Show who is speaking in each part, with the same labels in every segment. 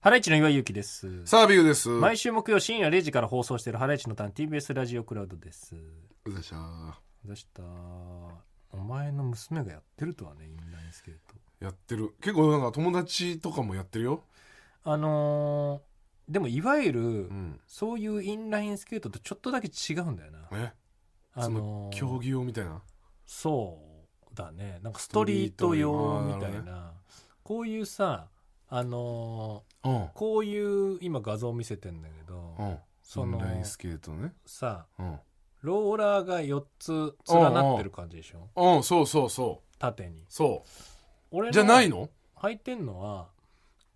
Speaker 1: ハライチの岩井ゆきです。
Speaker 2: サービューです。
Speaker 1: 毎週木曜深夜0時から放送しているハライチのターン TBS ラジオクラウドです。
Speaker 2: うざしゃー
Speaker 1: どうしたお前の娘がやってるとはね、言えないんですけれど。
Speaker 2: やってる。結構なんか友達とかもやってるよ。
Speaker 1: あのーでもいわゆる
Speaker 2: う、ん。
Speaker 1: そういうインラインスケートとちょっとだけ違うんだよな。
Speaker 2: え、
Speaker 1: あのー
Speaker 2: 競技用みたいな。
Speaker 1: そうだね。なんかストリート用みたい
Speaker 2: ストリート用あーなる
Speaker 1: な。
Speaker 2: ほ
Speaker 1: こういうさ、あのー
Speaker 2: うん。
Speaker 1: こういう今画像を見せてんだけど、
Speaker 2: うん。
Speaker 1: その
Speaker 2: オンラインスケートね。
Speaker 1: さ、
Speaker 2: うん。
Speaker 1: ローラーが4つ連なってる感じでしょ
Speaker 2: うん、そうそうそ
Speaker 1: 縦に
Speaker 2: う。。そ
Speaker 1: 俺
Speaker 2: う。
Speaker 1: の
Speaker 2: じゃないの
Speaker 1: 履いてんのは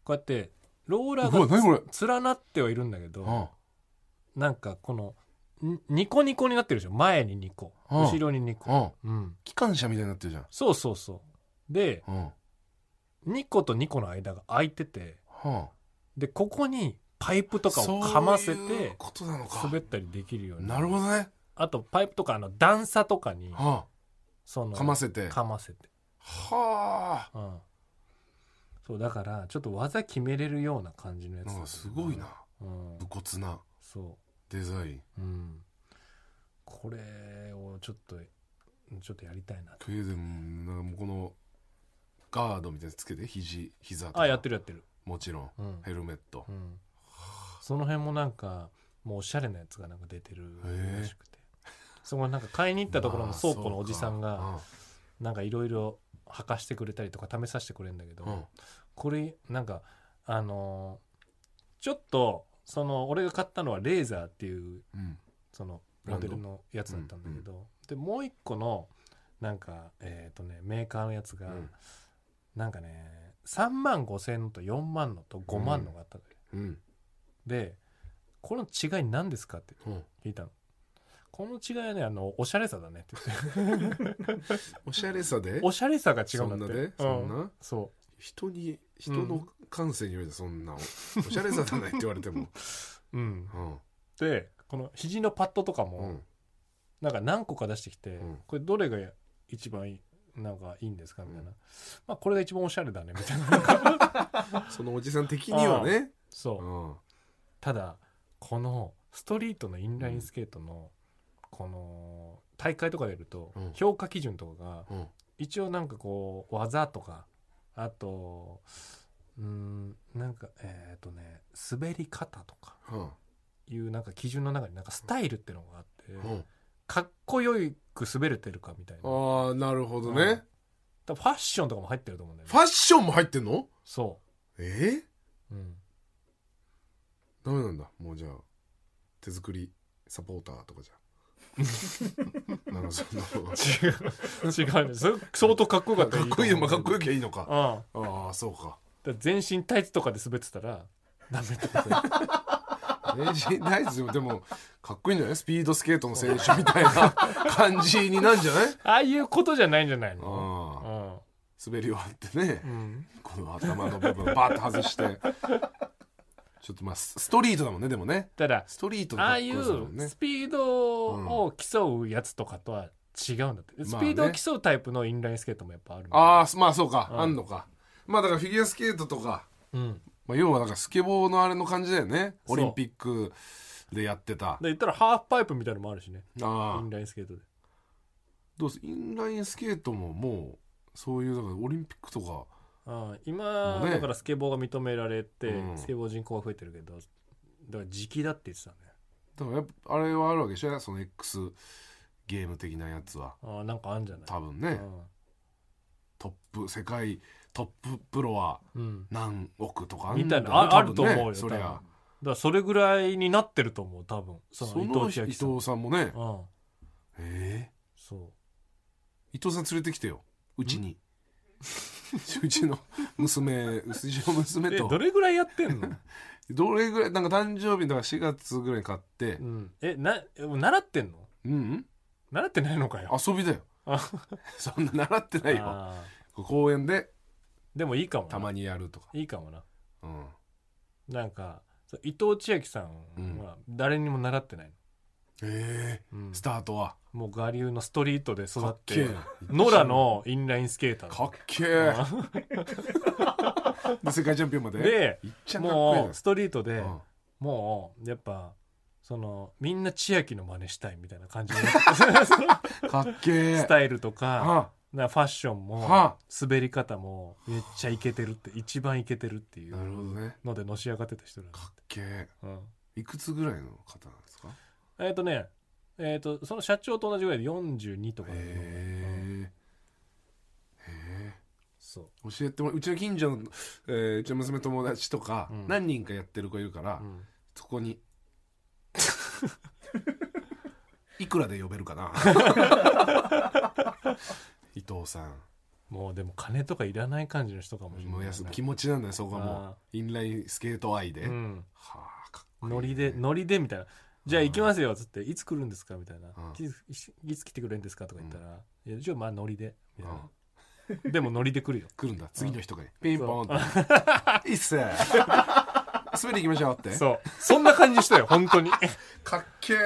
Speaker 1: こうやってローラ
Speaker 2: う
Speaker 1: ー
Speaker 2: わ何これ
Speaker 1: がつ連なってはいるんだけ
Speaker 2: うん。
Speaker 1: どなんかこのんニコニコになってるでしょ前に2個
Speaker 2: うん
Speaker 1: 後ろに2個、
Speaker 2: うん。
Speaker 1: うん、
Speaker 2: 機関車みたいになってるじゃ
Speaker 1: そうそうそうで
Speaker 2: ん。うん。
Speaker 1: 2個と2個の間が空いてて
Speaker 2: うん。
Speaker 1: でここにパイプとかをかませ
Speaker 2: そういう
Speaker 1: て
Speaker 2: ことなのか
Speaker 1: 滑。ったりできるように
Speaker 2: なるほどね。
Speaker 1: あとパイプとかあの段差とかに
Speaker 2: うん。
Speaker 1: その
Speaker 2: かませて。
Speaker 1: かませて、
Speaker 2: はあ。
Speaker 1: うん、そうだからちょっと技決めれるような感じのやつだ
Speaker 2: な
Speaker 1: け
Speaker 2: ん
Speaker 1: ど
Speaker 2: かすごいな。
Speaker 1: うん
Speaker 2: 武、骨な
Speaker 1: そ
Speaker 2: デザイン。
Speaker 1: う、うん、これをちょっとちょっとやりたいなと
Speaker 2: けどもなんかもうこのガードみたいなのつけて肘膝とか
Speaker 1: あやってるやってる、
Speaker 2: もちろん
Speaker 1: うん
Speaker 2: ヘルメット
Speaker 1: う、ん、その辺もなんかもうおしゃれなやつがなんか出てるらしくてそこはなんか買いに行ったところの倉庫のおじさんが
Speaker 2: まあ
Speaker 1: なんかいろいろ履かしてくれたりとか試させてくれるんだけど、
Speaker 2: そうかうんうん
Speaker 1: これなんかあのーちょっとその俺が買ったのはレーザーっていう
Speaker 2: うん
Speaker 1: そのモデルのやつだったんだけど、でもう一個のなんかえっ、とねメーカーのやつが、
Speaker 2: うん
Speaker 1: なんかね3万5千のと4万のと5万のがあったのよ、
Speaker 2: うん
Speaker 1: でこの違い何ですかって
Speaker 2: うん
Speaker 1: 聞いたのこの違いはねあのおしゃれさだねって言って
Speaker 2: おしゃれさで
Speaker 1: おしゃれさが違うんだって
Speaker 2: そんなで
Speaker 1: う
Speaker 2: そんな
Speaker 1: そ
Speaker 2: 人に人
Speaker 1: う
Speaker 2: の
Speaker 1: ん
Speaker 2: 感性によるそんなおおしゃれさだねって言われて も
Speaker 1: ううん
Speaker 2: うん
Speaker 1: でこの肘のパッドとかも、
Speaker 2: うん
Speaker 1: なんか何個か出してきて、
Speaker 2: うん
Speaker 1: これどれが一番いいなんかいいんですかみたいな、まあこれが一番おしゃれだねみたいな なんか
Speaker 2: そのおじさん的にはね
Speaker 1: そう、
Speaker 2: うん
Speaker 1: ただこのストリートのインラインスケートのこの大会とかでやると
Speaker 2: うん
Speaker 1: 評価基準とかが
Speaker 2: うん
Speaker 1: 一応なんかこう技とかあとうーんなんかえっ、とね滑り方とか
Speaker 2: うん
Speaker 1: いうなんか基準の中になんかスタイルってのがあって、
Speaker 2: うん
Speaker 1: かっこよく滑れてるかみたいな
Speaker 2: ああなるほど
Speaker 1: う
Speaker 2: ね
Speaker 1: ん多分ファッションとかも入ってると思うんだよね
Speaker 2: ファッションも入ってんの
Speaker 1: そ
Speaker 2: え
Speaker 1: う、うん、
Speaker 2: ダメなんだもうじゃあ手作りサポーターとかじ ゃなんかその
Speaker 1: 違う違うねそれ相当かっこよかった
Speaker 2: かっこいいまあかっこよ
Speaker 1: い
Speaker 2: きゃいいのか
Speaker 1: あ
Speaker 2: ああそうか
Speaker 1: あ全身タイツとかで滑ってたらダメって ことだよ
Speaker 2: 名人大好きでもでもかっこいいんじゃないスピードスケートの選手みたい な感じになんじゃない
Speaker 1: ああいうことじゃないんじゃないの
Speaker 2: ああ滑り終わってね
Speaker 1: うん、うん、
Speaker 2: この頭の部分バーッと外してちょっとまあスストリートだもんねでもね
Speaker 1: ただ
Speaker 2: ストリートの
Speaker 1: あ
Speaker 2: かっ
Speaker 1: あ
Speaker 2: こ
Speaker 1: い
Speaker 2: よさだもん
Speaker 1: う
Speaker 2: ね
Speaker 1: スピードを競うやつとかとは違うんだって、スピードを競うタイプのインラインスケートもやっぱあるんだよ
Speaker 2: ああまあそうか、
Speaker 1: うん
Speaker 2: あんのかまあだからフィギュアスケートとか
Speaker 1: うん
Speaker 2: まあ、要はだからスケボーのあれの感じだよね
Speaker 1: そう
Speaker 2: オリンピックでやってたあ
Speaker 1: で言ったらハーフパイプみたいなのもあるしねイ
Speaker 2: あ
Speaker 1: ンラインスケートで
Speaker 2: どうすインラインスケートももうそういうだからオリンピックとか
Speaker 1: ああ今、
Speaker 2: ね
Speaker 1: だからスケボーが認められて、
Speaker 2: うん
Speaker 1: スケボー人口が増えてるけどだから時期だって言ってたね
Speaker 2: だからやっぱあれはあるわけでしょその X ゲーム的なやつは
Speaker 1: ああなんかあんじゃない
Speaker 2: 多分ねトップ世界トッププロは
Speaker 1: うん、うん、
Speaker 2: 何億とか
Speaker 1: みたいな
Speaker 2: あんだ
Speaker 1: ああ
Speaker 2: ね
Speaker 1: ると思うよ
Speaker 2: そり
Speaker 1: 多
Speaker 2: ゃ
Speaker 1: 分だからそれぐらいになってると思う多分そ
Speaker 2: そ
Speaker 1: の伊
Speaker 2: の
Speaker 1: 藤
Speaker 2: 伊
Speaker 1: 千秋
Speaker 2: 藤
Speaker 1: さん
Speaker 2: さんもね
Speaker 1: うん
Speaker 2: ええ
Speaker 1: そ
Speaker 2: 伊藤さん連れてきてよう ちにうちの娘うちの
Speaker 1: う
Speaker 2: 娘
Speaker 1: え
Speaker 2: と
Speaker 1: どれぐらいやって んの、
Speaker 2: どれぐらいなんか誕生日だから4月ぐらいに買って
Speaker 1: うん、えなえ習ってんの
Speaker 2: うん、うん、
Speaker 1: 習ってないのかよ
Speaker 2: 遊びだよ
Speaker 1: あ
Speaker 2: そんな習ってないよ
Speaker 1: ああ
Speaker 2: 公園で
Speaker 1: でもいいかも
Speaker 2: た
Speaker 1: な
Speaker 2: まにやるとか
Speaker 1: いいかもな
Speaker 2: うん
Speaker 1: なんかそう伊藤千秋さんは誰にも習ってない
Speaker 2: え
Speaker 1: の、うん
Speaker 2: ー、スタートは
Speaker 1: もう我流のストリートで育
Speaker 2: か
Speaker 1: っ
Speaker 2: っけえ
Speaker 1: て
Speaker 2: な
Speaker 1: 野良のインラインスケーター
Speaker 2: かっけえで世界チャンピオンまで
Speaker 1: で
Speaker 2: いっちゃかっこいい
Speaker 1: も
Speaker 2: な
Speaker 1: うストリートで、
Speaker 2: うん
Speaker 1: もうやっぱそのみんな千秋の真似したいみたいな感じになって
Speaker 2: かっけえ
Speaker 1: スタイルとか
Speaker 2: あ
Speaker 1: なファッション
Speaker 2: は
Speaker 1: も滑り方もめっちゃイケてるって一番イケてるってい
Speaker 2: なるほど
Speaker 1: う
Speaker 2: ね
Speaker 1: のでのし上がってた人なんで
Speaker 2: か
Speaker 1: す
Speaker 2: っけえ
Speaker 1: うん
Speaker 2: いくつぐらいの方なんですか
Speaker 1: えっ、とねえっ、とその社長と同じぐらいで42とかだけどうん
Speaker 2: へえへ
Speaker 1: そ
Speaker 2: え教えてもらううちの近所の、えーうちの娘友達とか、
Speaker 1: うん
Speaker 2: 何人かやってる子いるから、
Speaker 1: う、うん
Speaker 2: そこ にいくらで呼べる かな伊藤さん
Speaker 1: もうでも金とかいらない感じの人かもしれない
Speaker 2: もうやす気持ちなんだよそこはも
Speaker 1: あ
Speaker 2: うインラインスケート愛で、
Speaker 1: ーうん
Speaker 2: はあかっこいいね
Speaker 1: ノリでノリでみたいな「じゃあ行きますよ」っつって「いつ来るんですか?」みたいな
Speaker 2: う
Speaker 1: 「
Speaker 2: ん
Speaker 1: いついつ来てくれるんですか?」とか言ったら「いやじゃあまあノリで」みたいなでもノリで来る よ
Speaker 2: 来るんだ次の人がねピンポンって「いいっ す滑り行きましょう」って
Speaker 1: そうそんな感じした よ本当に
Speaker 2: かっけえ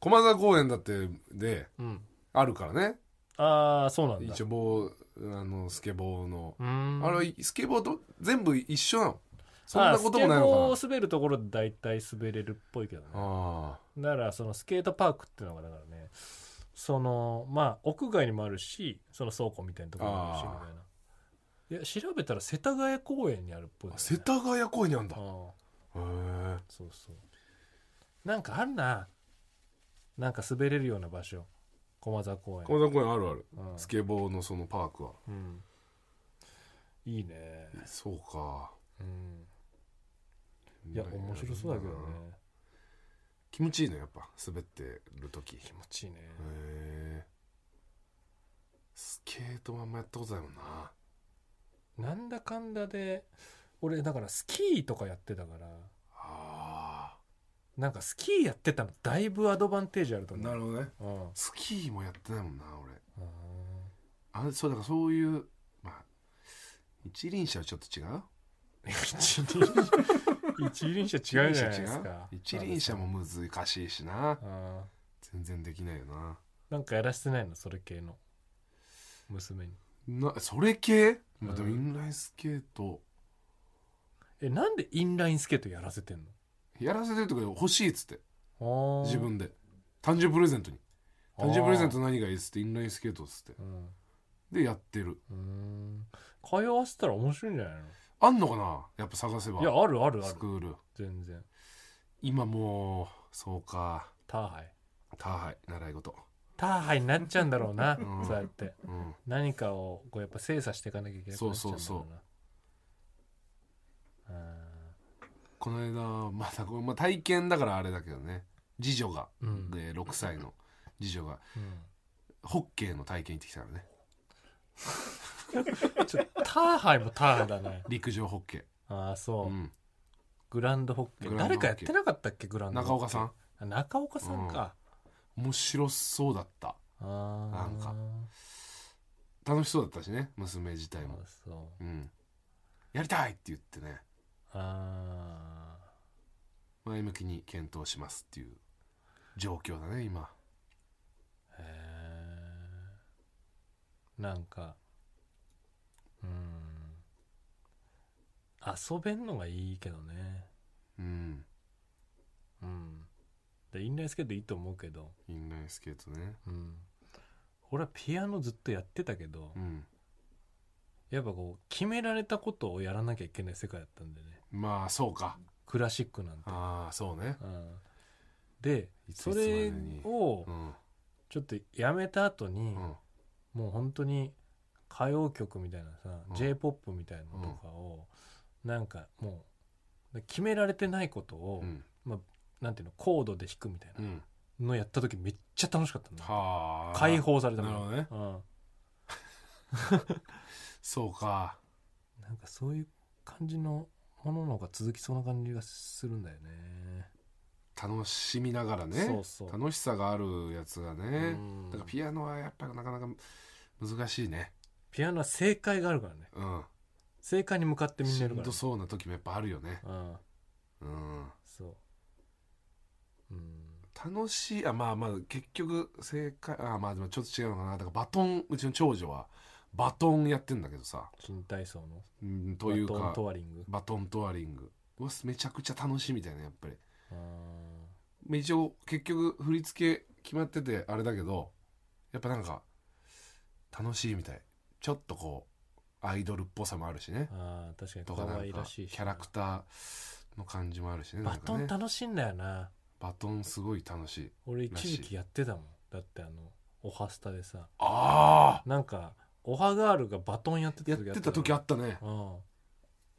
Speaker 2: 駒沢公園だってで
Speaker 1: うん
Speaker 2: あるからね
Speaker 1: ああそうなんだ
Speaker 2: 一応棒あのスケボーの、
Speaker 1: うーん
Speaker 2: あれはいスケボーと全部一緒なのそんなこともない
Speaker 1: あース
Speaker 2: の
Speaker 1: ケボーを滑るところで大体滑れるっぽいけどね
Speaker 2: かなあ
Speaker 1: だからそのスケートパークっていうのがだからねそのまあ屋外にもあるしその倉庫みたいなところにもあるし
Speaker 2: あ
Speaker 1: み
Speaker 2: ー
Speaker 1: たいないや調べたら世田谷公園にあるっぽいの
Speaker 2: あ
Speaker 1: ね、
Speaker 2: 世田谷公園にあんだへ
Speaker 1: うん
Speaker 2: え
Speaker 1: そうそうなんかあるななんか滑れるような場所駒沢公園
Speaker 2: 駒沢公園あるある
Speaker 1: うん
Speaker 2: スケボーのそのパークは
Speaker 1: うんいいね
Speaker 2: そうか
Speaker 1: うんいや面白そうだけどね
Speaker 2: 気持ちいいのやっぱ滑ってる時
Speaker 1: 気持ちいいね
Speaker 2: へえスケートもあんまやったことないもんな
Speaker 1: なんだかんだで俺だからスキーとかやってたから
Speaker 2: あ
Speaker 1: なんかスキーやってたのだいぶアドバンテージあると
Speaker 2: あ
Speaker 1: 思う
Speaker 2: るほどね
Speaker 1: うん
Speaker 2: スキーもやってないもんな俺
Speaker 1: うん
Speaker 2: あそうだからそういうまあ一輪車はちょっと違う
Speaker 1: 一輪 車一輪車違うじゃないですか
Speaker 2: 一輪車違う一輪車も難しいしな
Speaker 1: うん
Speaker 2: 全然できないよな
Speaker 1: なんかやらせてないのそれ系の娘に
Speaker 2: なそれ系、まあ、
Speaker 1: うん
Speaker 2: でもインラインスケート
Speaker 1: えなんでインラインスケートやらせてん
Speaker 2: やらせてるとか欲しいっつって
Speaker 1: の
Speaker 2: 自分で誕生日プレゼントに
Speaker 1: あー
Speaker 2: 誕生日プレゼント何がいいっつってインラインスケートっつって
Speaker 1: うん
Speaker 2: でやってる
Speaker 1: うーん通わせたら面白いんじゃない
Speaker 2: あんのかなやっぱ探せ
Speaker 1: の
Speaker 2: ば
Speaker 1: いやあるあるあ
Speaker 2: ス
Speaker 1: る
Speaker 2: クール
Speaker 1: 全然
Speaker 2: 今もうそうか
Speaker 1: ターハイ
Speaker 2: ターハイ習い事
Speaker 1: ターハイになっちゃうんだろうな、
Speaker 2: うん
Speaker 1: そうやって
Speaker 2: うん
Speaker 1: 何かをこうやっぱ精査していかなきゃいけない
Speaker 2: そうそうそうこの間まだこれ、まあ、体験だからあれだけどね次女が、
Speaker 1: うん
Speaker 2: で6歳の次女が
Speaker 1: う
Speaker 2: ホッケーの体験行ってきたからね
Speaker 1: んちょっとターハイもターハイだね
Speaker 2: 陸上ホッケ
Speaker 1: ああそ
Speaker 2: ー、
Speaker 1: う、
Speaker 2: うん、
Speaker 1: グランドホッケー
Speaker 2: グラン
Speaker 1: 誰
Speaker 2: ドホッケ
Speaker 1: か
Speaker 2: ー
Speaker 1: やってなかったっけグランド
Speaker 2: 中
Speaker 1: ホッケ
Speaker 2: 岡
Speaker 1: ー
Speaker 2: さん
Speaker 1: ん中岡さんか、
Speaker 2: 面白そうだった
Speaker 1: ああ
Speaker 2: なんか楽しそうだったしね娘自体も
Speaker 1: あ、そう
Speaker 2: うん、やりたいって言ってね
Speaker 1: ああ
Speaker 2: 前向きに検討しますっていう状況だね今
Speaker 1: へえなんかうん遊べんのがいいけどね
Speaker 2: うん
Speaker 1: うんでインラインスケートいいと思うけど、
Speaker 2: インラインスケートね
Speaker 1: うん、俺はピアノずっとやってたけど、
Speaker 2: うん
Speaker 1: やっぱこう決められたことをやらなきゃいけない世界だったんでね
Speaker 2: まあそうか
Speaker 1: クラシックなんて、
Speaker 2: ああそうね
Speaker 1: うん、で
Speaker 2: いついつ
Speaker 1: そ
Speaker 2: まで
Speaker 1: れ
Speaker 2: に
Speaker 1: を
Speaker 2: うん
Speaker 1: ちょっとやめた後に、
Speaker 2: うん
Speaker 1: もう本当に歌謡曲みたいなさ、
Speaker 2: うん
Speaker 1: j p o p みたいなのとかを、なんかもう決められてないことを、
Speaker 2: うん
Speaker 1: なんていうのコードで弾くみたい
Speaker 2: うん
Speaker 1: なのやった時めっちゃ楽しかったんだよ
Speaker 2: はあ
Speaker 1: 解放された
Speaker 2: な
Speaker 1: の
Speaker 2: るほどね
Speaker 1: うん、
Speaker 2: そうか
Speaker 1: なんかそういう感じのものの方が続きそうな感じがするんだよね
Speaker 2: 楽しみながらね
Speaker 1: そうそう
Speaker 2: 楽しさがあるやつがね
Speaker 1: うん
Speaker 2: だからピアノはやっぱなかなか難しいね
Speaker 1: ピアノは正解があるからね
Speaker 2: うん
Speaker 1: 正解に向かってみんな
Speaker 2: し
Speaker 1: やる
Speaker 2: ん
Speaker 1: から、
Speaker 2: ど
Speaker 1: ね、
Speaker 2: そうな時もやっぱあるよね
Speaker 1: うん
Speaker 2: うん
Speaker 1: そううん
Speaker 2: 楽しいあまあまあ結局正解あまあでもちょっと違うのかなだからバトンうちの長女はバトンやってんだけどさ
Speaker 1: 新体操の
Speaker 2: うんと
Speaker 1: バ
Speaker 2: いう
Speaker 1: トン
Speaker 2: か
Speaker 1: トワリング
Speaker 2: バトントワリングうわめちゃくちゃ楽しいみたいなやっぱり
Speaker 1: あ
Speaker 2: まあ一応結局振り付け決まっててあれだけどやっぱなんか楽しいみたいちょっとこうアイドルっぽさもあるしね
Speaker 1: ーあー確
Speaker 2: と
Speaker 1: か
Speaker 2: か
Speaker 1: に可
Speaker 2: な
Speaker 1: 愛
Speaker 2: んからキ
Speaker 1: しいし
Speaker 2: ャラクターの感じもあるしねな
Speaker 1: バ
Speaker 2: ん
Speaker 1: ト
Speaker 2: かね
Speaker 1: ン楽しいんだよな
Speaker 2: バトンすごい楽しい
Speaker 1: 俺一時期やってたもんだってあのオハスタでさ
Speaker 2: ああ
Speaker 1: なんかオハガールがバトンやってた
Speaker 2: やっ
Speaker 1: 時
Speaker 2: てた時あったね
Speaker 1: うん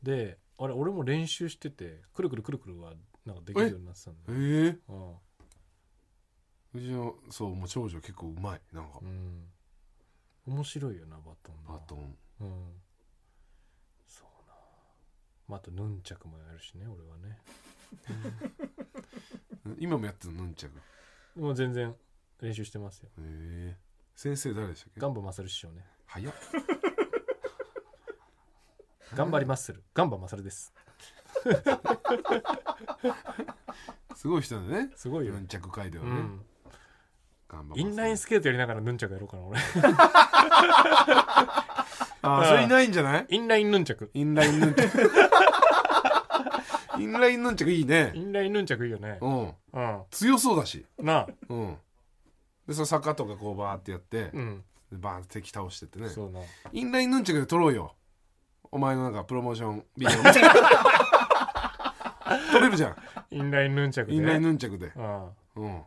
Speaker 1: であれ俺も練習しててくるくるくるくるはなんかできるようになってたんだ
Speaker 2: ええ
Speaker 1: よ、うん
Speaker 2: うちのそうもう長女結構うまいなんか
Speaker 1: うん、面白いよなバトンな
Speaker 2: バトン
Speaker 1: うんそうなまあ、あとヌンチャクもやるしね俺はね
Speaker 2: 今もやってるのヌンチャク
Speaker 1: もう全然練習してますよ
Speaker 2: ええ先生誰でしたっけ
Speaker 1: ガンバマサル師匠ね
Speaker 2: 早っ
Speaker 1: 頑張りまするガンバマサルです
Speaker 2: すごい人だね
Speaker 1: すごいよ、
Speaker 2: ヌンチャク界では
Speaker 1: う
Speaker 2: ね、
Speaker 1: ん、
Speaker 2: 頑張
Speaker 1: インライン
Speaker 2: ス
Speaker 1: スケートやりながらヌンチャクやろうかな俺
Speaker 2: あーそれいないんじゃない
Speaker 1: インラインヌンチャク
Speaker 2: インラインヌンチャク インラインヌンチャクいいね
Speaker 1: インラインヌンチャクいいよね
Speaker 2: うん
Speaker 1: うん
Speaker 2: 強そうだし
Speaker 1: なあ
Speaker 2: うんでその坂とかこうバーってやって、
Speaker 1: うん
Speaker 2: でバーンって敵倒してってね
Speaker 1: そうな
Speaker 2: インラインヌンチャクで撮ろうよお前のなんかプロモーションビデオみたいな 撮れるじゃん
Speaker 1: インラインヌンチャクで
Speaker 2: インラインヌンチャクで
Speaker 1: うん
Speaker 2: うん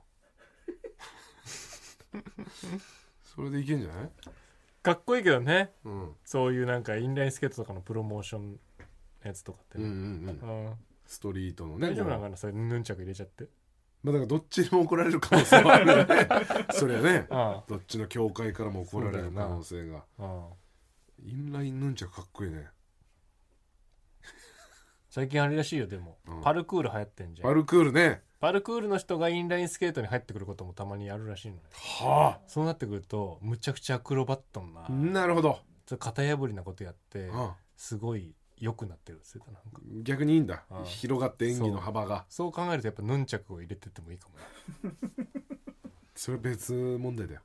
Speaker 2: それでいけんじゃない
Speaker 1: かっこいいけどね
Speaker 2: うんうん
Speaker 1: そういうなんかインラインスケートとかのプロモーションのやつとかって
Speaker 2: うんう
Speaker 1: ね、
Speaker 2: ん
Speaker 1: うん
Speaker 2: ストリートのね
Speaker 1: 大丈夫なの
Speaker 2: こう
Speaker 1: かなそれヌンチャク入れちゃって
Speaker 2: まあだからどっちにも怒られる可能性はあるよねそれはね
Speaker 1: あ
Speaker 2: どっちの教会からも怒られる可能性が
Speaker 1: あああ
Speaker 2: インラインヌンチャクかっこいいね
Speaker 1: 最近あれらしいよでも、
Speaker 2: うん
Speaker 1: パルクール流行ってんじゃ
Speaker 2: パ
Speaker 1: ん
Speaker 2: ルクールね
Speaker 1: パルクールの人がインラインスケートに入ってくることもたまにあるらしいのよ
Speaker 2: は
Speaker 1: そうなってくるとむちゃくちゃアクロバットな
Speaker 2: あなるほど、
Speaker 1: ちょっと型破りなことやって
Speaker 2: うん
Speaker 1: すごい良くなってるっつってたなんか
Speaker 2: 逆にいいんだ
Speaker 1: ああ
Speaker 2: 広がって演技の幅が
Speaker 1: そう考えるとやっぱヌンチャクを入れてってもいいかもね
Speaker 2: それ別問 題だよ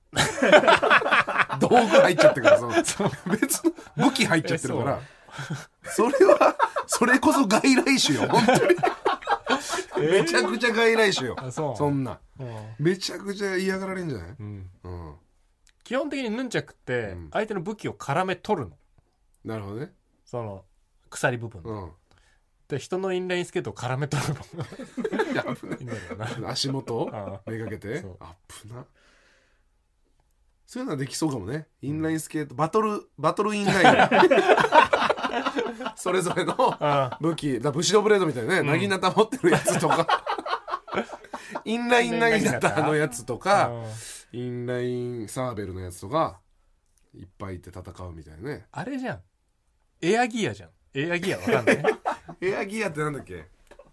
Speaker 2: 道具入っちゃってるから その 別の武器入っちゃってるからそれはそれこそ外来種よ本当に、めちゃくちゃ外来種よ
Speaker 1: あそう
Speaker 2: そんな
Speaker 1: うん
Speaker 2: めちゃくちゃ嫌がられんじゃない
Speaker 1: うん
Speaker 2: うん
Speaker 1: 基本的にヌンチャクって
Speaker 2: うん
Speaker 1: 相手の武器を絡め取るの
Speaker 2: なるほどね
Speaker 1: その鎖部分の
Speaker 2: うん
Speaker 1: で人のインラインスケートを絡め取るの
Speaker 2: いや危ない
Speaker 1: いいんだろうな
Speaker 2: 足元を
Speaker 1: あ
Speaker 2: めがけて
Speaker 1: そう
Speaker 2: あっぶなそういうのはできそうかもねインラインスケート、バトルバトルイン ラインそれぞれの
Speaker 1: あ
Speaker 2: 武器だ武士道ブレードみたいなね、
Speaker 1: うん
Speaker 2: なぎなた持ってるやつと かインラインなぎなたのやつと
Speaker 1: あ
Speaker 2: か
Speaker 1: うん
Speaker 2: インラインサーベルのやつとかいっぱいいて戦うみたいなね
Speaker 1: あれじゃんエアギアじゃんエアギアわかんない
Speaker 2: エアギアってなんだっけ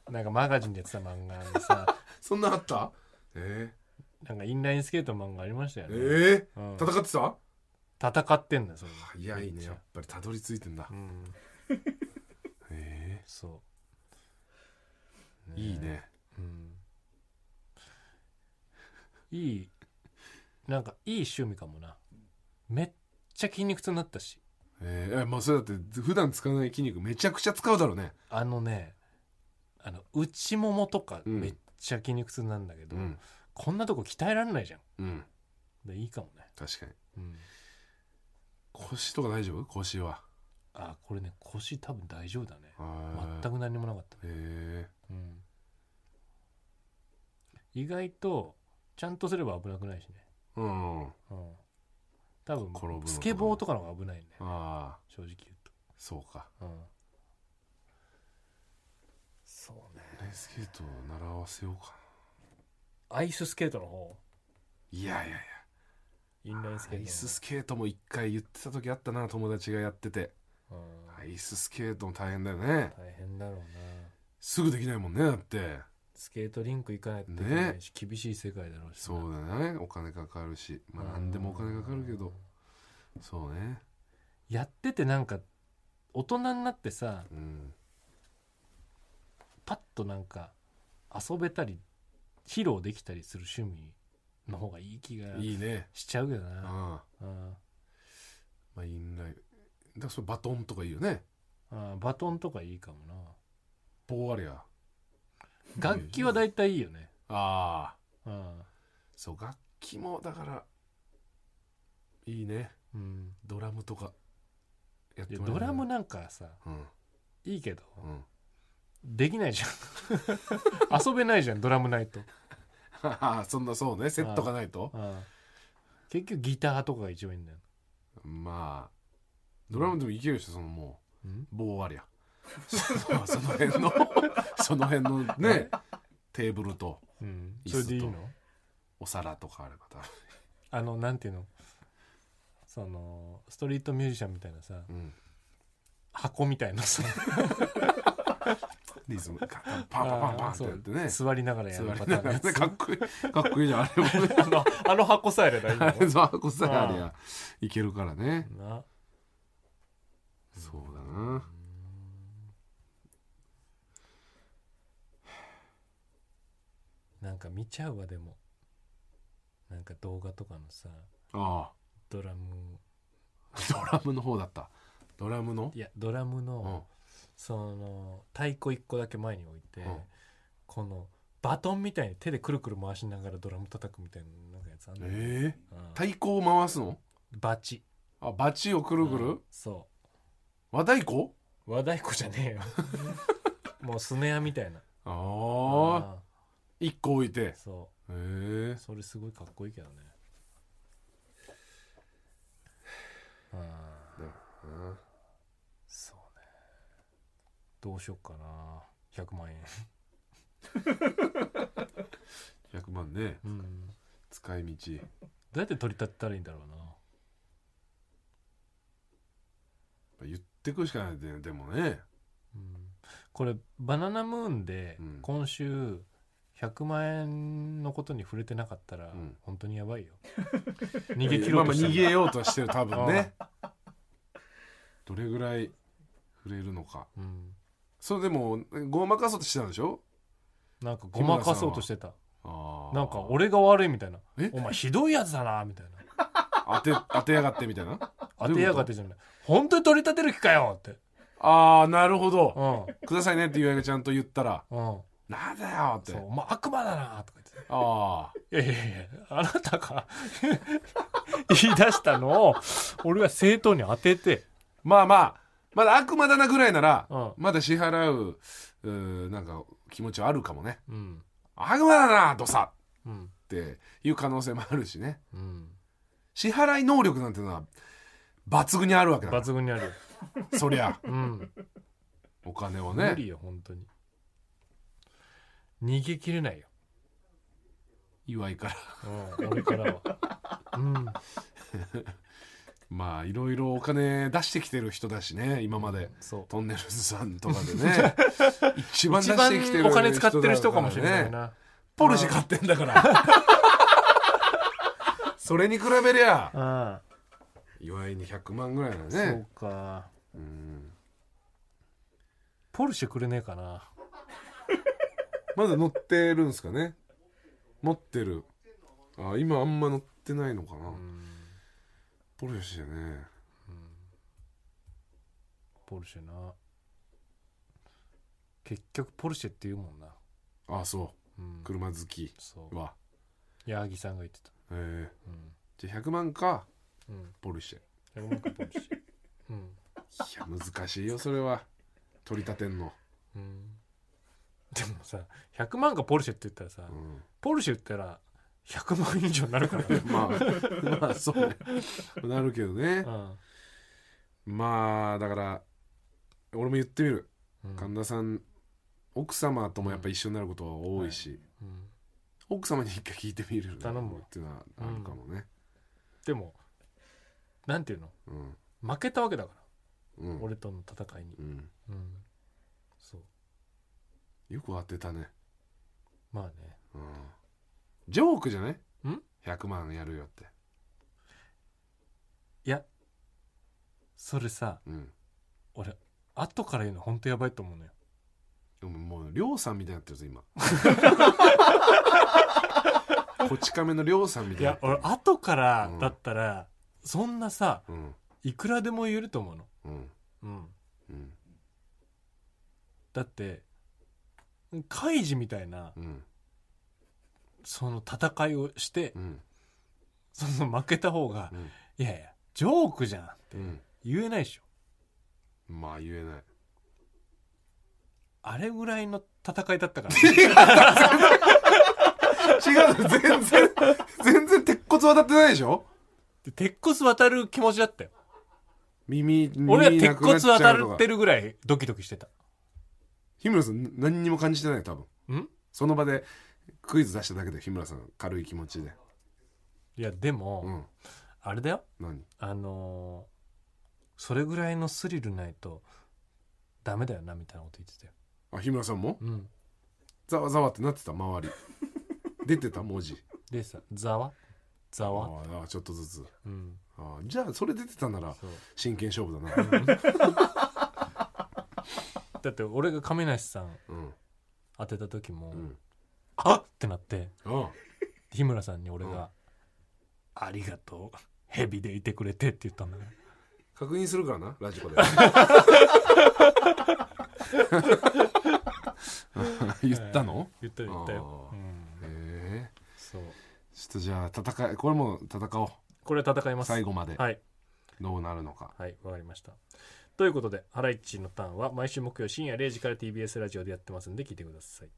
Speaker 1: なんかマガジンでやってた漫画でさ
Speaker 2: そんなあったえ
Speaker 1: なんかインラインスケートの漫画ありましたよ
Speaker 2: ー、
Speaker 1: ね、
Speaker 2: え
Speaker 1: うん
Speaker 2: ー、戦ってた
Speaker 1: 戦ってんだよそれ
Speaker 2: 早いねやっぱりたどり着いてんだ
Speaker 1: うん
Speaker 2: え
Speaker 1: そう
Speaker 2: ー、いいね
Speaker 1: うんいいなんかいい趣味かもなめっちゃ筋肉痛になったし
Speaker 2: えー、えまあそれだって普段使わない筋肉めちゃくちゃ使うだろうね
Speaker 1: あのねあの内ももとか
Speaker 2: うん
Speaker 1: めっちゃ筋肉痛なんだけど、
Speaker 2: うん
Speaker 1: こんなとこ鍛えられないじゃん
Speaker 2: うん
Speaker 1: でいいかもね、
Speaker 2: 確かに
Speaker 1: うん、
Speaker 2: 腰とか大丈夫腰は
Speaker 1: あこれね腰多分大丈夫だね全
Speaker 2: 全
Speaker 1: く何もなかった、
Speaker 2: え
Speaker 1: うん、意外とちゃんとすれば危なくないしね、
Speaker 2: ー、うんうん
Speaker 1: うん、多
Speaker 2: 転ぶのと
Speaker 1: 分
Speaker 2: か
Speaker 1: スケボーとかの方が危ないね
Speaker 2: ああ
Speaker 1: 正直言うと、
Speaker 2: そうか
Speaker 1: うん、そうね
Speaker 2: インスケートを習わせようか
Speaker 1: アイススケートの方
Speaker 2: ないやいやいや
Speaker 1: インラインスケート
Speaker 2: ア
Speaker 1: の
Speaker 2: イスス
Speaker 1: ス
Speaker 2: ケートも一回言ってた時あったな友達がやってて
Speaker 1: うん
Speaker 2: アイススケートも大変だよね
Speaker 1: 大変だろうな
Speaker 2: すぐできないもんねだって
Speaker 1: スケートリンク行かないといけないし、厳しい世界だろうしな
Speaker 2: そうだねお金かかるしまあ何でもお金かかるけどそうね
Speaker 1: やっててなんか大人になってさ
Speaker 2: うん
Speaker 1: パッとなんか遊べたり披露できたりする趣味の方がいい気が
Speaker 2: いいね
Speaker 1: しちゃうけど
Speaker 2: うん
Speaker 1: な
Speaker 2: ま
Speaker 1: うん
Speaker 2: まあ、インラインだからそれバトンとかいいよね
Speaker 1: あーバトンとかいいかもな
Speaker 2: 棒ありゃ
Speaker 1: 楽器は大体いいよね、
Speaker 2: ああ
Speaker 1: うん
Speaker 2: そう楽器もだからいいね
Speaker 1: うん、
Speaker 2: ドラムとかやっ
Speaker 1: いや
Speaker 2: もらえ
Speaker 1: ド
Speaker 2: る
Speaker 1: ラムなんかさ
Speaker 2: うん
Speaker 1: いいけど、
Speaker 2: うん
Speaker 1: できないじゃん 遊べないじゃんドラムないと、
Speaker 2: ああそん なそうねセットがないと
Speaker 1: うん結局ギターとかが一番いいんだよ、
Speaker 2: まあドラムでもいけるでしょそのも
Speaker 1: うん
Speaker 2: う 棒ありゃそその辺のその辺のねテーブルと
Speaker 1: うん、
Speaker 2: 椅子
Speaker 1: そ
Speaker 2: と
Speaker 1: れでいいの
Speaker 2: お皿とかあれば多
Speaker 1: あのなんていうのそのストリートミュージシャンみたいなさ
Speaker 2: 分、うん、
Speaker 1: 箱みたいなさ
Speaker 2: リズムがパンパンパンパンってやってね
Speaker 1: そう座りながらや
Speaker 2: 座
Speaker 1: る
Speaker 2: り
Speaker 1: パターン
Speaker 2: な
Speaker 1: の
Speaker 2: がら
Speaker 1: やつ
Speaker 2: ねかっこいいかっこいいじゃんあれもね
Speaker 1: あのあの箱さえあ ればいいの
Speaker 2: あ れさこさえありゃいけるからね
Speaker 1: な
Speaker 2: そうだな
Speaker 1: なんか見ちゃうわでもなんか動画とかのさ
Speaker 2: あ
Speaker 1: ドラム
Speaker 2: あドラムの方だったドラムの
Speaker 1: いやドラムの、
Speaker 2: うん
Speaker 1: その太鼓一個だけ前に置いて、
Speaker 2: うん
Speaker 1: このバトンみたいに手でくるくる回しながらドラム叩くみたいななんかやつあんの、
Speaker 2: ええ
Speaker 1: うん
Speaker 2: 太鼓を回すの
Speaker 1: バチ
Speaker 2: あバチをくるぐる、
Speaker 1: うんそ
Speaker 2: 和太鼓
Speaker 1: う和太鼓じゃねえ よもうスネアみたいな
Speaker 2: ああ
Speaker 1: あ
Speaker 2: 一個置いて
Speaker 1: ー
Speaker 2: へ
Speaker 1: そ
Speaker 2: え
Speaker 1: うそれすごいかっこいい けどねあーそうねどうしよっかな100万円
Speaker 2: 100万ね
Speaker 1: うん
Speaker 2: 使い道
Speaker 1: どうやって取り立てたらいいんだろうな
Speaker 2: 言ってくしかないででもね
Speaker 1: うんこれ「バナナムーン」で
Speaker 2: うん
Speaker 1: 今週100万円のことに触れてなかったら
Speaker 2: うん
Speaker 1: 本当にやばい よ逃げ切ろうと
Speaker 2: まあ
Speaker 1: して
Speaker 2: まあ逃
Speaker 1: る
Speaker 2: げようとしてる多分ねどれぐらい触れるのか
Speaker 1: うん
Speaker 2: それでもごまかそうとしてたんでしょ
Speaker 1: なんかごまかそうとしてた
Speaker 2: あー
Speaker 1: なんか俺が悪いみたいな
Speaker 2: え
Speaker 1: お前ひどいやつだなみたいな
Speaker 2: 当て当てやがってみたいな
Speaker 1: 当てやがってじゃない本当に取り立てる気かよって
Speaker 2: ああなるほ
Speaker 1: う
Speaker 2: ど
Speaker 1: ん
Speaker 2: くださいねって言うがちゃんと言ったら
Speaker 1: うん
Speaker 2: なんだよって
Speaker 1: そうお前悪魔だなとか言って
Speaker 2: ああ
Speaker 1: いやいやいや、あなたが 言い出したのを、俺が正当に当てて、
Speaker 2: まあまあまだ悪魔だなぐらいなら、
Speaker 1: うん
Speaker 2: まだ支払ううーなんか気持ちはあるかもね
Speaker 1: うん、
Speaker 2: 悪魔だなどさ
Speaker 1: うん、
Speaker 2: っていう可能性もあるしね
Speaker 1: うん。
Speaker 2: 支払い能力なんてのは抜群にあるわけだか
Speaker 1: 抜群にあるよ。
Speaker 2: らそりゃ
Speaker 1: うん。
Speaker 2: お金を
Speaker 1: 無
Speaker 2: ね
Speaker 1: 理よ、本当に。逃げ切れないよ。
Speaker 2: 祝いから
Speaker 1: うん、俺からは。うん。
Speaker 2: まあいろいろお金出してきてる人だしね今まで
Speaker 1: そう。
Speaker 2: トンネルズさんとかでね 一番 出
Speaker 1: 一
Speaker 2: してきて
Speaker 1: 番
Speaker 2: る
Speaker 1: お金使ってる人かもしれない
Speaker 2: ね
Speaker 1: な。
Speaker 2: ポルシェ買ってんだから それに比べりゃ
Speaker 1: あ
Speaker 2: 祝いに100万ぐらいだ
Speaker 1: あ、そ
Speaker 2: ね
Speaker 1: うか。
Speaker 2: うん
Speaker 1: ポルシェくれねえかな。
Speaker 2: まだ乗ってるんですかね持ってるあ今あんま乗ってないのかな、
Speaker 1: うん。
Speaker 2: ポルシェね
Speaker 1: ポルシェな。結局ポルシェって言うもんな。。
Speaker 2: あそううん車好き
Speaker 1: そう。
Speaker 2: は
Speaker 1: 矢作さんが言ってた。
Speaker 2: へえ
Speaker 1: うん。
Speaker 2: じゃあ100万か
Speaker 1: うん。
Speaker 2: ポルシェ
Speaker 1: 100万かポルシェ。うん。
Speaker 2: いや難しいよそれは取り立てんの、
Speaker 1: うん。でもさ、100万かポルシェって言ったらさ、
Speaker 2: うん
Speaker 1: ポルシェ言ったら100万以上になるから ね。
Speaker 2: まあ まあそうねなるけどねまあだから俺も言ってみる
Speaker 1: うん。
Speaker 2: 神田さん奥様ともやっぱ一緒になることは多いし、
Speaker 1: うん
Speaker 2: 奥様に一回聞いてみる
Speaker 1: 頼むわ
Speaker 2: っていうのはあるかもね
Speaker 1: でも、なんていうの
Speaker 2: うん
Speaker 1: 負けたわけだから。
Speaker 2: うん、
Speaker 1: 俺との戦いに。
Speaker 2: うん、
Speaker 1: うん。そう。
Speaker 2: よく当てたね、
Speaker 1: まあね。
Speaker 2: うん、ジョークじゃない
Speaker 1: ん
Speaker 2: ?100 万やるよって、
Speaker 1: いや、それさ、
Speaker 2: うん、
Speaker 1: 俺、後から言うのほんとやばいと思うのよ。
Speaker 2: でももうりょうさんみたいになってる ぞ今こち亀のりょうさんみた
Speaker 1: い
Speaker 2: いにな
Speaker 1: や
Speaker 2: ってる
Speaker 1: 俺後か
Speaker 2: う
Speaker 1: ら
Speaker 2: ん
Speaker 1: だったら、そんなさ
Speaker 2: うん、
Speaker 1: いくらでも言えると思うの、
Speaker 2: うん
Speaker 1: うん、
Speaker 2: うん
Speaker 1: だってカイジみたいな
Speaker 2: うん
Speaker 1: その戦いをして
Speaker 2: うん
Speaker 1: その負けた方が
Speaker 2: うん
Speaker 1: 「いやいやジョークじゃん」って
Speaker 2: うん
Speaker 1: 言えないでしょ
Speaker 2: まあ言えない
Speaker 1: あれぐらいの戦いだったから、
Speaker 2: 違う全然全然鉄骨渡ってないでしょ
Speaker 1: で鉄骨渡る気持ちだったよ
Speaker 2: 耳
Speaker 1: 俺は
Speaker 2: 耳
Speaker 1: 鉄
Speaker 2: なくな
Speaker 1: 骨
Speaker 2: っちゃうとか
Speaker 1: 渡ってるぐらいドキドキしてた
Speaker 2: 日村さん何にも感じてない多分
Speaker 1: ん
Speaker 2: その場でクイズ出しただけで日村さん軽い気持ちで
Speaker 1: いやでも、
Speaker 2: うん
Speaker 1: あれだよ
Speaker 2: 何
Speaker 1: あのーそれぐらいのスリルないとダメだよなみたいなこと言ってたよ
Speaker 2: あ日村さんも
Speaker 1: うん
Speaker 2: ざわざわってなってた周り出てた文字
Speaker 1: でさざわざ
Speaker 2: あ
Speaker 1: わ
Speaker 2: ーあーちょっとずつ
Speaker 1: うん
Speaker 2: あーじゃあそれ出てたなら
Speaker 1: そう
Speaker 2: 真剣勝負だな
Speaker 1: だって俺が亀梨さん
Speaker 2: うん
Speaker 1: 当てた時も、
Speaker 2: うん
Speaker 1: あっってなって
Speaker 2: あ
Speaker 1: 日村さんに俺が「
Speaker 2: うん
Speaker 1: ありがとう蛇でいてくれて」って言ったんだから
Speaker 2: ー確認するからなラ ジコで言ったの
Speaker 1: 言ったよ言ったよ
Speaker 2: あ、
Speaker 1: う
Speaker 2: ー
Speaker 1: ん
Speaker 2: ええ
Speaker 1: そう
Speaker 2: ちょっとじゃあ戦いこれも戦お
Speaker 1: これは戦いうます
Speaker 2: 最後まで
Speaker 1: はい
Speaker 2: どうなるのか
Speaker 1: はいわかりましたということで「ハライチのターン」は毎週木曜深夜0時から TBS ラジオでやってますんで聞いてください